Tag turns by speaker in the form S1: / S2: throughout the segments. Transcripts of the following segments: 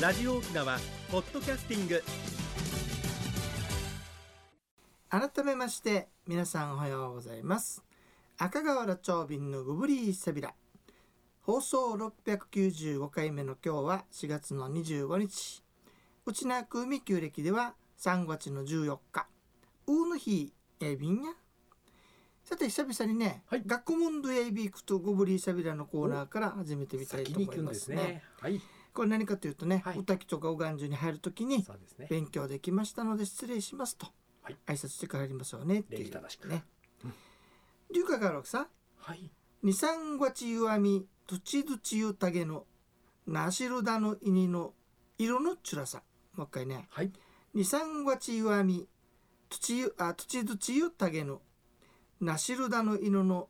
S1: ラジオ沖縄ポッドキャスティング
S2: 改めまして皆さんおはようございます赤川原長瓶のグブリーサビラ放送695回目の今日は4月の25日内那久海旧暦では3月の14日ウーの日エビンやさて久々にね、
S3: はい
S2: 学校モンドエビクとグブリーサビラのコーナーから始めてみたい
S3: 先
S2: と
S3: に行
S2: 思い
S3: くん
S2: ま
S3: です
S2: すね
S3: ね。はい。
S2: これ何かというとね、
S3: はい
S2: おたきとかおがんじゅに入るときに
S3: そうですね。
S2: 勉強できましたので失礼しますと、
S3: はい
S2: 挨拶して帰りますよねって
S3: 礼
S2: い
S3: 儀
S2: う
S3: 正しく
S2: ね。龍華がろくさ
S3: はい。
S2: 二三五ちゆあみとちどちゆたげのなしろだのいにの色のちゅらさもう一回ね
S3: はい。
S2: 二三五ちゆあみとちゆあとちどちゆたげのなしろだのいのの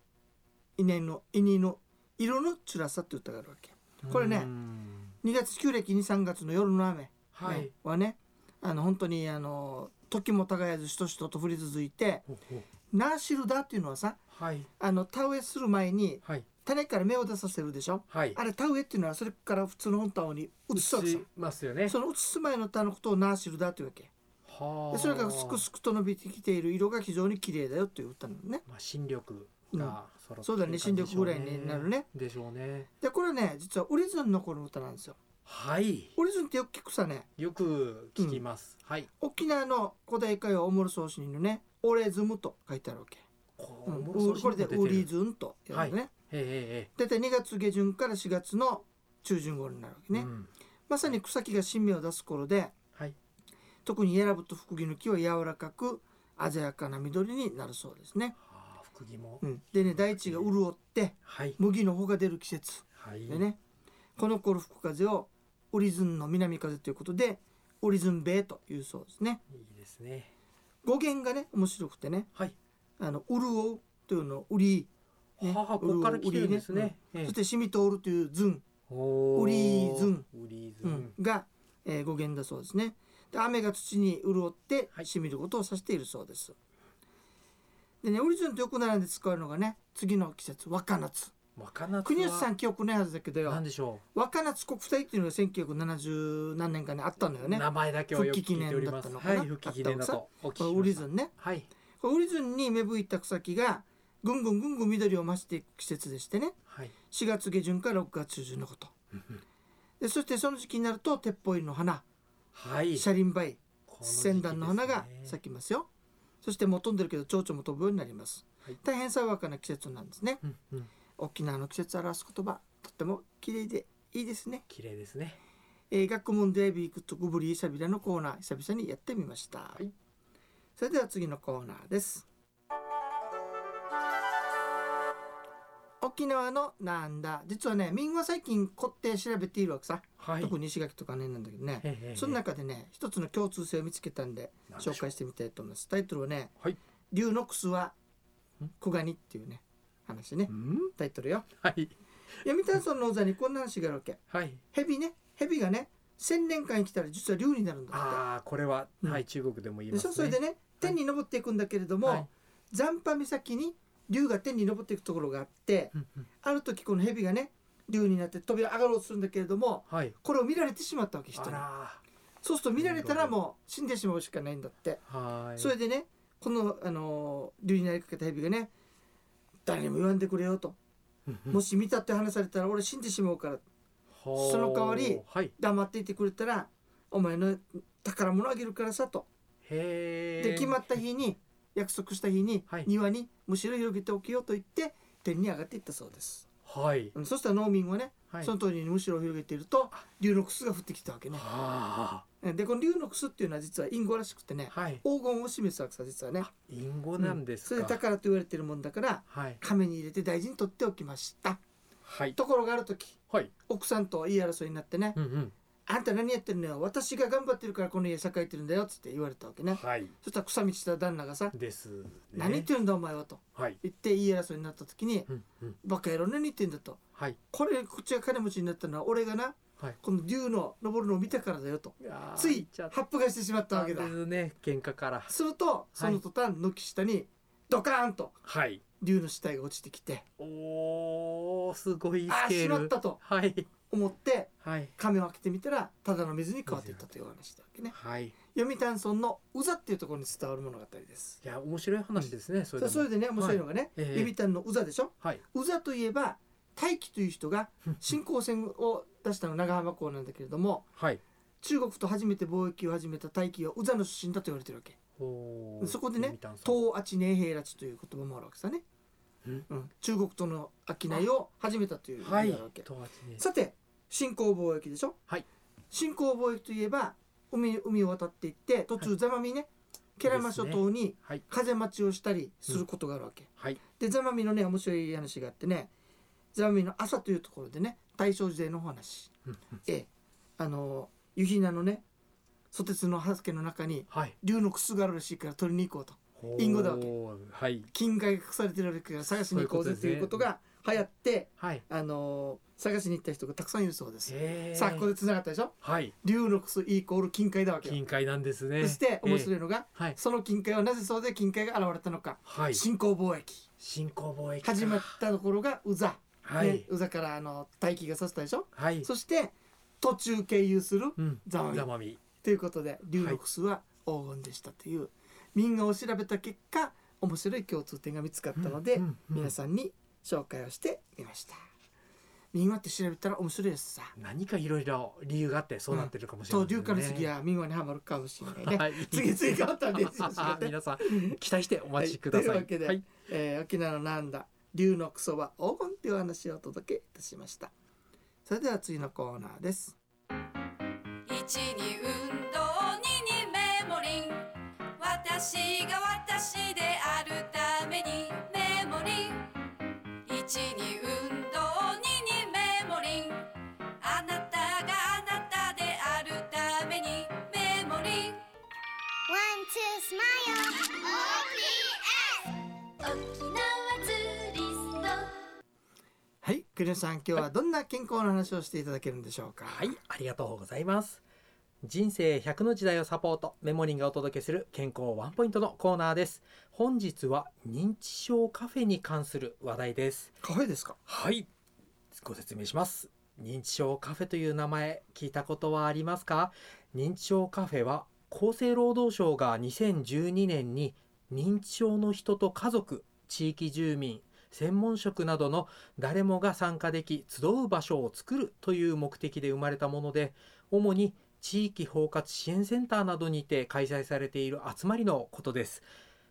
S2: いねのいにの色のちゅらさって歌があるわけこれ
S3: う
S2: ね
S3: ーん。
S2: 2月旧暦に3月の夜の雨
S3: は
S2: ね
S3: い。
S2: はねあの本当にあの時も耕ずしとしとと降り続いて
S3: ほうほう
S2: ナーシルダっていうのはさ
S3: はい。
S2: あの田植えする前に
S3: はい。
S2: 種から芽を出させるでしょ
S3: はい。
S2: あれ田植えっていうのはそれから普通の本田に移すわけさ
S3: 移しますよね。
S2: その移す前の田のことをナーシルダっていうわけ
S3: は
S2: でそれがすくすくと伸びてきている色が非常に綺麗だよっていう歌なのね
S3: まあ、新緑が揃ってる感じでしょね
S2: そうだね新緑ぐらいになるね。
S3: でしょうね。
S2: でこれね実はオリズンのこの歌なんですよ
S3: はい。
S2: オリズンってよく聞くさね
S3: よく聞きます。はい。
S2: 沖縄の古代歌謡おもろそうしにのねオレズムと書いてあるわけ
S3: こ
S2: うん
S3: もろそうに
S2: これで
S3: 出てる
S2: ウリズンと呼ぶね、
S3: えええ
S2: 大体2月下旬から4月の中旬頃になるわけ
S3: えええ
S2: ね、
S3: うん
S2: まさに草木が新芽を出す頃で
S3: はい。
S2: 特に選ぶとフクギの木は柔らかく鮮やかな緑になるそうですね、
S3: ああ、福木も
S2: う。ん、でね大地が潤って
S3: はい。
S2: 麦の穂が出る季節
S3: はい。
S2: でねこの頃吹く風をオリズンの南風ということでオリズンベイというそうですね
S3: いいですね。
S2: 語源がね面白くてね
S3: はい。
S2: あの潤うというのを売り、ね
S3: はあ、ここから来てるんです
S2: うり
S3: ね。え
S2: うん
S3: え
S2: そして染み通るというズン
S3: おー
S2: ウリズン。
S3: ウリズ
S2: う
S3: ン。
S2: ん、が、えー語源だそうですねで雨が土に潤って
S3: はい
S2: 染みることを指しているそうです、でねオリジンとよく並んで使うのがね次の季節若夏
S3: 若夏は
S2: 国吉さん記憶ないはずだけど
S3: な
S2: よ
S3: んでしょ
S2: 若夏国体っていうのが1970何年かにあったのよ
S3: う、
S2: ね
S3: 名前だけをよく
S2: 復帰記
S3: 聞いており
S2: 念だっ
S3: ま
S2: た
S3: す
S2: のか
S3: は
S2: ない
S3: 復帰記念だとお聞きし
S2: こ
S3: ま
S2: れ
S3: した
S2: オリズンね
S3: はい
S2: これオリズンに芽吹いた草木がぐんぐんぐんぐん緑を増していく季節でしてね
S3: はい
S2: 4月下旬から6月中旬のことでそしてその時期になると鉄砲入りの花
S3: はい
S2: シャリンバイ
S3: こ時期
S2: 仙台の花
S3: で
S2: が
S3: すね
S2: 咲きますよそしてもう飛んでるけど蝶々も飛ぶようになります、
S3: はい
S2: 大変爽やかな季節なんですね
S3: うんうん
S2: 沖縄の季節を表す言葉とっても綺麗でいいですね、
S3: 綺麗ですね
S2: えー、学問デイビークとグブリーサビラのコーナー久々にやってみました、
S3: い
S2: それでは次のコーナーです沖縄のなんだ実はね民話最近凝って調べているわけさ、
S3: はい
S2: 特に石垣とかねなんだけどね、
S3: へへへ
S2: その中でね一つの共通性を見つけたんで
S3: なんでしょう
S2: 紹介してみたいと思いますタイトルはね
S3: はい
S2: 「竜のクスは
S3: ん
S2: 小ガニ」っていうね話ね
S3: うん
S2: タイトルよ
S3: はい
S2: 読谷村の王座にこんな話があるわけ
S3: はい
S2: 蛇ね蛇がね千年間生きたら実は竜になるんだっ
S3: ああこれは
S2: うん
S3: はい中国でも言
S2: て
S3: い
S2: で
S3: ま
S2: そ
S3: す
S2: う
S3: ね
S2: それでね天に登っていくんだけれども、
S3: はい
S2: 残波岬に竜が天に登っていくところがあって
S3: うんうん
S2: ある時この蛇がね竜になって扉上がろうとするんだけれども
S3: はい
S2: これを見られてしまったわけ人
S3: あ
S2: に
S3: ら
S2: そうすると見られたらもう死んでしまうしかないんだって
S3: はい
S2: それでねこの、あのー竜になりかけた蛇がね誰にも言わんでくれよと、
S3: うんうん
S2: もし見たって話されたら俺死んでしまうから
S3: はあ
S2: その代わり
S3: はい
S2: 黙っていてくれたらお前の宝物あげるからさと、
S3: へえ
S2: で決まった日に約束した日に、
S3: はい
S2: 庭にむしろ広げておきよと言って天に上がっていったそうです、
S3: はい
S2: うんそしたら農民はね、
S3: はい
S2: その通りにむしろを広げていると竜の楠が降ってきたわけね
S3: は
S2: でこの竜の楠っていうのは実は隠語らしくてね
S3: あはい
S2: 黄金を示すわけさ実はね
S3: 隠語なんです
S2: それで
S3: か
S2: 宝と言われてるもんだから
S3: はい
S2: 亀に入れて大事に取っておきました
S3: はい
S2: ところがある時
S3: はい
S2: 奥さんと言い争いになってね
S3: うんうん
S2: 「あんた何やってるのよ私が頑張ってるからこの家栄えてるんだよ」っつって言われたわけね
S3: はい
S2: そしたら草道した旦那がさ
S3: です、ね。
S2: 「何言ってるんだお前は」と
S3: はい。
S2: 言って言い争いになった時に
S3: うんうん
S2: 「バカ野郎何言ってんだ」と
S3: はい。
S2: 「これこっちが金持ちになったのは俺がな
S3: はい。
S2: この竜の登るのを見たからだよ」とつい
S3: ちゃっ
S2: 発布がしてしまった
S3: た
S2: わ
S3: わけ
S2: けだ
S3: だ。ですね。喧嘩から。
S2: するとその途端軒下にドカーンと
S3: はい。
S2: 竜の死体が落ちてきて
S3: おお、すごい
S2: あ
S3: ス
S2: あ
S3: ケ
S2: しま
S3: ー
S2: っ
S3: ル。
S2: たと
S3: はい。
S2: 思って
S3: はい
S2: 亀を開けてみたらただの水に変わっていったというお話だわけね
S3: はいい
S2: 読谷村の宇佐っていうところに伝わる物語です
S3: や面白い話ですね、そ
S2: そ
S3: れで
S2: う
S3: も
S2: それでね面白いのがね、
S3: ええ
S2: 読谷の宇佐でしょ
S3: はい
S2: 宇佐といえば大輝という人が新港船を出したの長浜港なんだけれども
S3: はい
S2: 中国と初めて貿易を始めた大輝は宇佐の出身だと言われてるわけ
S3: ほう
S2: そこでね
S3: 読谷村
S2: 東あち寧平拉致という言葉もあるわけさね、
S3: うん
S2: うん中国との商いを始めたという意味があ
S3: はい
S2: る
S3: 東
S2: わけ、
S3: 八ね
S2: さて新興貿易でしょ、
S3: はい
S2: 新興貿易といえば海海を渡っていって途中座間味ね、ケラマ諸島に
S3: はい
S2: 風待ちをしたりすることがあるわけ、
S3: はい
S2: で座間味のね面白い話があってね座間味の朝というところでね大正時代のお話
S3: うん
S2: ええあのー湯比奈のね蘇鉄のハスケの中に
S3: はい
S2: 竜のくすがあるらしいから取りに行こうと隠語だわけ
S3: ほうはい
S2: 金塊が隠されてるわけから探しに行こうぜと
S3: そう
S2: い
S3: いうう
S2: こ
S3: ことと
S2: が流行って
S3: はい
S2: あのー探しに行った人がたくさんいるそうです、
S3: へー
S2: さあここでつながったでしょ
S3: はい
S2: 竜のクスイコール金塊だわけよ
S3: 近海なんですね
S2: そして面白
S3: い
S2: いのが、
S3: はい
S2: その金塊はなぜそうで金塊が現れたのか、
S3: はい
S2: 新興貿易
S3: 新興貿易か
S2: 始まったところが宇佐、
S3: はい、
S2: ね、宇佐からあの大気がさせたでしょ
S3: はい
S2: そして途中経由する
S3: うん
S2: ざまみ
S3: ざまみ
S2: ということで竜のクスは黄金でしたという、民話を調べた結果面白い共通点が見つかったので、
S3: うんうんうん
S2: 皆さんに紹介をしてみました民話って調べたら面白いですさ
S3: 何かいろいろ理由があってそうなってるかもしれな
S2: と
S3: いです
S2: 竜
S3: ね。
S2: から次は民話にはまるかもしれないね、
S3: はい
S2: 次々変わったんですよ
S3: 皆さん 期待してお待ちください。
S2: はいというわけで
S3: はい、
S2: えー沖縄のなんだ竜のクソは黄金というお話をお届けいたしましたそれでは次のコーナーです
S4: 一に運動二にメモリン私が私であるためにメモリン一に運動二にメモリンあなたがあなたであるためにメモリン
S5: One, two, smile. OPS! 沖縄ツーリスト。
S2: はい栗野さん今日はどんな健康の話をしていただけるんでしょうか
S3: はい、ありがとうございます。人生100の時代をサポートメモリンがお届けする健康ワンポイントのコーナーです。本日は認知症カフェに関する話題です。
S2: カフェですか
S3: はい、ご説明します。認知症カフェという名前聞いたことはありますか認知症カフェは厚生労働省が2012年に認知症の人と家族、地域住民、専門職などの誰もが参加でき集う場所を作るという目的で生まれたもので、主に地域包括支援センターなどにて開催されている集まりのことです。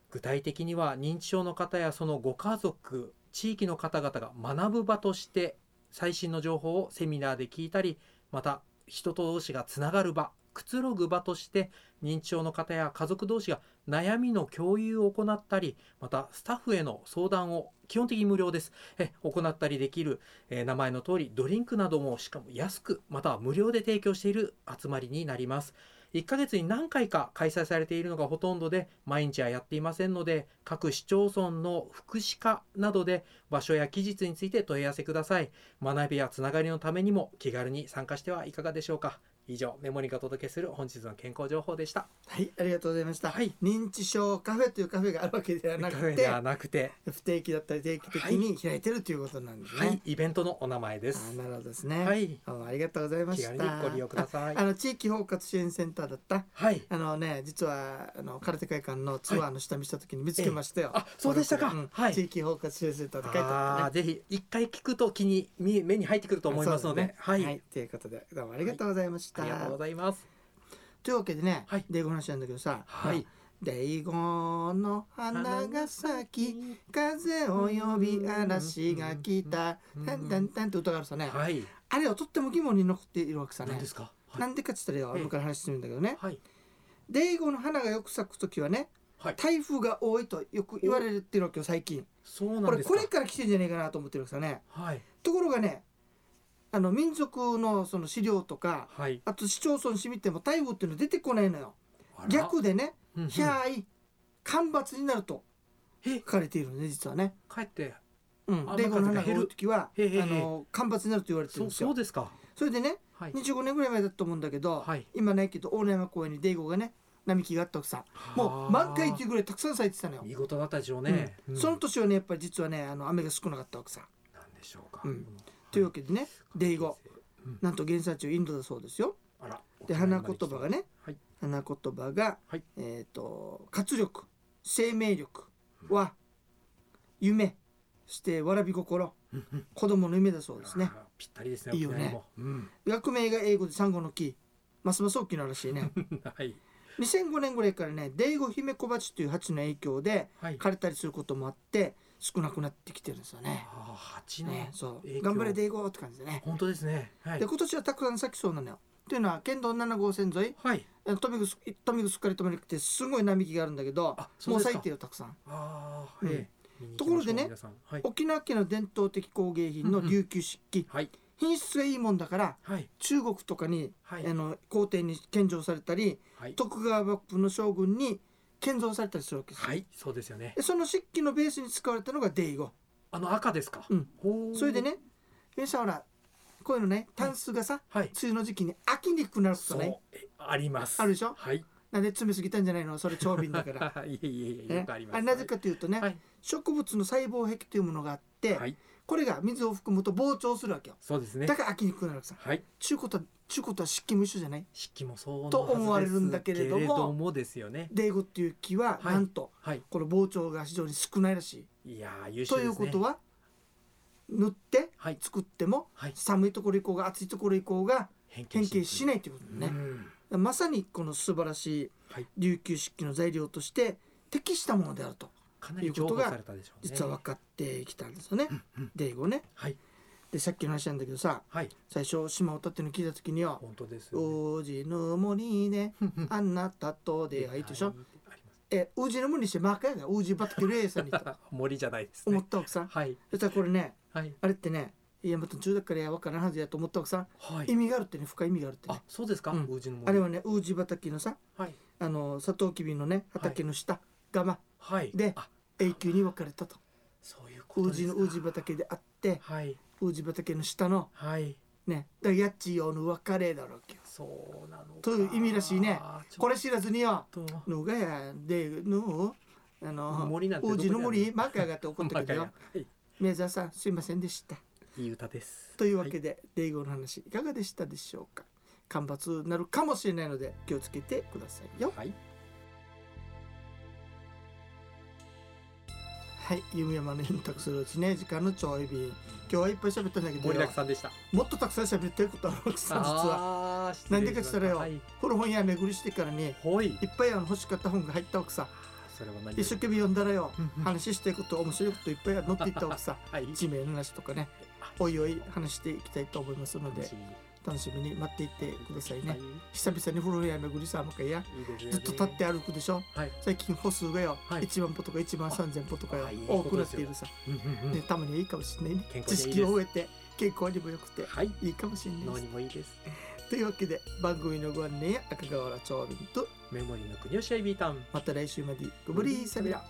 S3: 具体的には認知症の方やそのご家族地域の方々が学ぶ場として最新の情報をセミナーで聞いたりまた人と同士がつながる場くつろぐ場として認知症の方や家族同士が悩みの共有を行ったりまたスタッフへの相談を基本的に無料ですえ行ったりできる、えー名前の通りドリンクなどもしかも安くまたは無料で提供している集まりになります1ヶ月に何回か開催されているのがほとんどで毎日はやっていませんので各市町村の福祉課などで場所や期日について問い合わせください学びやつながりのためにも気軽に参加してはいかがでしょうか以上メモリーがお届けする本日の健康情報でした
S2: はいありがとうございました、
S3: はい
S2: 認知症カフェというカフェがあるわけではな
S3: カ
S2: く
S3: フェで
S2: て
S3: はなくて
S2: 不定期だったり定期的に開いてるということなんです
S3: は
S2: ね、
S3: いイベントのお名前です
S2: あなるほどですね、
S3: はい
S2: どうもありがとうございまし
S3: 気
S2: た
S3: 軽にご利用ください
S2: ああの地域包括支援センターだった
S3: はい
S2: あのね実はあの空手会館のツアーの下見した時に見つけましたよ、
S3: ええあそうでしたか
S2: ん
S3: はい
S2: 地域包括支援センターって書いてあ
S3: あ
S2: っ
S3: ーぜひ一回聞くと気にみ目に入ってくると
S2: たね
S3: 思いますので
S2: そうだ
S3: は
S2: ね
S3: い、
S2: はい、ということでどうもありがとうございまし
S3: あ
S2: た、
S3: りがとうございます
S2: というわけでね、
S3: はい
S2: デイゴの話なんだけどさ、
S3: はい
S2: デイゴの花が咲き風を呼び嵐が来た
S3: うん
S2: タンタンタンって歌があるさね、
S3: はい
S2: あれはとっても疑問に残っているわけさね
S3: 何ですかは
S2: ないんでかって言ったらよ
S3: ええ
S2: 後から話するんだけどね、
S3: はい
S2: デイゴの花がよく咲く時はね
S3: はい
S2: 台風が多いとよく言われてるわけよ最近
S3: そうなん
S2: 俺
S3: です
S2: こ
S3: か
S2: れから来てんじゃねえかなと思ってるわけさね
S3: はい
S2: ところがねあの民族のその資料とか
S3: はい
S2: あと市町村市見ても台風っていうの出てこないのよ
S3: あら
S2: 逆でね
S3: うんうん
S2: 「ひゃーい干ばつになる」と
S3: え
S2: 書かれているのね実はね。
S3: 帰って
S2: うん、
S3: あ
S2: で
S3: なん
S2: こ
S3: か
S2: の花が
S3: 減
S2: 多
S3: る
S2: い時はあ
S3: へえへえへえ
S2: の干ばつになると言われて
S3: そ
S2: るん
S3: う
S2: です
S3: そう
S2: よ。
S3: ですか
S2: それでね
S3: はい
S2: 25年ぐらい前だと思うんだけど、
S3: はい
S2: 今ないけど大根山公園にデイゴがね並木があったわけさもう満開っていうぐらいたくさん咲いてたのよ。
S3: 見事だったでしょうね
S2: うん
S3: うん
S2: その年はねやっぱり実はねあの雨が少なかったわけさ。
S3: なんでしょうか
S2: うんというわけでねデイゴ
S3: うん
S2: なんと原産地はインドだそうですよ。
S3: あら
S2: で花言葉がね、
S3: はい
S2: 花言葉が、
S3: はい
S2: えっ、と活力生命力は夢そしてわらび心
S3: うんうん
S2: 子供の夢だそうですね
S3: あーぴったりですね
S2: いいよね
S3: 沖縄にもうん
S2: 学名が英語でサンゴの木ますます大きならしい ね
S3: はい
S2: 2005年ぐらいからねデイゴヒメコバチという蜂の影響で
S3: はい
S2: 枯れたりすることもあって少なくなってきてるんですよね。
S3: ああ八の
S2: ねそ
S3: 影響
S2: う頑張れデイゴって感じでね。
S3: 本当ですねはい
S2: で今年はたくさん咲きそうなのよ。というのは県道7号線沿い
S3: はい
S2: とにかくとにかくすっかり止めなくてすごい並木があるんだけど
S3: あそ
S2: も
S3: う
S2: う
S3: ですか
S2: 咲いてるよたくさん
S3: ああ
S2: うん
S3: ええ見に行きましょう
S2: ところでね
S3: 皆さんはい
S2: 沖縄県の伝統的工芸品の琉球漆器、
S3: はい
S2: 品質がいいもんだから
S3: はい
S2: 中国とかに、
S3: はい
S2: あの皇帝に献上されたり
S3: はい
S2: 徳川幕府の将軍に献上されたりするわけですよ、
S3: はいそうですよね
S2: でその漆器のベースに使われたのがデイゴ
S3: あの赤ですか
S2: うん
S3: ほー
S2: それでね皆さんほらこういうのねタンスがさ、
S3: はい
S2: 梅雨の時期に飽きにくくなること
S3: そう
S2: ね
S3: えあります
S2: あるでしょ
S3: はい
S2: なんで詰めすぎたんじゃないのそれ長瓶だから、
S3: いえいえいえよ
S2: ね
S3: くあります
S2: あれなぜかというとね、
S3: はい
S2: 植物の細胞壁というものがあって、
S3: はい
S2: これが水を含むと膨張するわけよ
S3: そうですね
S2: だから飽きにくくなるわけさ
S3: はい
S2: ちゅうことはちゅうことは漆器も一緒じゃない
S3: 漆器もそうの
S2: と
S3: はず
S2: 思われるんだけれども
S3: ですけれどもですよね
S2: デイゴっていう木は
S3: はい
S2: なんと、
S3: はい
S2: この膨張が非常に少ないらしい、
S3: いやー優秀
S2: と
S3: で
S2: い
S3: す
S2: う
S3: ね
S2: ことは塗って
S3: はい
S2: 作っても、
S3: はい
S2: 寒いところ以降が暑いところ以降が
S3: 変
S2: 変形しないということ
S3: ね
S2: ね、まさにこの素晴らしい
S3: はい
S2: 琉球漆器の材料として適したものであると
S3: かなり譲歩されたでしょうね
S2: 実は分かってきたんですよね。デイゴね
S3: はい
S2: でさっきの話なんだけどさ
S3: はい
S2: 最初島を歌っていうの聞いた時には
S3: 本当です
S2: 「王子の森で あなたと出会い」でしょ
S3: あります
S2: え、ウージの無にしてマーカーがウージバッテレーさんに と
S3: 森じゃないです
S2: 思
S3: ね
S2: った奥さん。
S3: はい
S2: そしたらこれね、
S3: はい
S2: あれってね、いやまた中学からやわからんはずやと思った奥さん、
S3: はい
S2: 意味があるってね、深い意味があるってね
S3: あ。そうですか
S2: うん
S3: 宇治の森
S2: あれはね、ウージ畑のさ、
S3: はい
S2: あのサトウキビのね、畑の下、がま
S3: はい
S2: で
S3: あ
S2: 永久に分かれたと。
S3: そういうこ
S2: ウ
S3: と
S2: ー
S3: で
S2: ジ
S3: す
S2: の
S3: か
S2: ウージ畑であって、
S3: はい
S2: ウージ畑の下の
S3: はい
S2: ね、だからヤッチー用の別れだろうけよ。
S3: そうなのか
S2: という意味らしいねこ
S3: れ
S2: れ知らずによ、
S3: と
S2: のがやでの、あの、
S3: 森なんて
S2: ウージの
S3: どこにあ
S2: 森、
S3: る
S2: マーカーがって怒ったけど
S3: 馬
S2: よ
S3: 鹿。やはい
S2: 宮沢さんすいませんでした
S3: いい歌です
S2: というわけで、デイゴの話いかがでしたでしょうか干ばつになるかもしれないので気をつけてくださいよ
S3: はい
S2: はい弓山のヒントするうちね時間のちょい便今日はいっぱい喋ったんだけど
S3: 盛り
S2: よ
S3: だくさんでした
S2: もっとたくさん喋ってることあるわけさ実は
S3: は
S2: なんでかって言ったらよ
S3: はい
S2: 古本屋巡りしてからにいっ
S3: ほい
S2: ぱいあの欲しかった本が入ったわけさ
S3: それは何
S2: 一生懸命読んだらよ
S3: うんうん
S2: 話してること面白いこといっぱい載っていったわけさ
S3: はい
S2: 地名の話とかねおいおい話していきたいと思いますので楽しみに待っていてくださいね久々に古本屋巡りさもかいやずっと立って歩くでしょ
S3: はい
S2: 最近歩数がよ、
S3: はい
S2: 1万歩とか1万3000歩とかよ
S3: あいい
S2: 多くなっているさ、
S3: うんうんうん
S2: ね、たまにはいいかもしれないね
S3: 健康
S2: 知
S3: にいいです
S2: 識を終えて健康にも良くて
S3: はい
S2: いいかもしれない
S3: 脳
S2: で
S3: にもいいです
S2: すというわけで番組のご案内や赤川原長瓶と
S3: メモリーの国吉エビータウン
S2: また来週までごぶりーさびら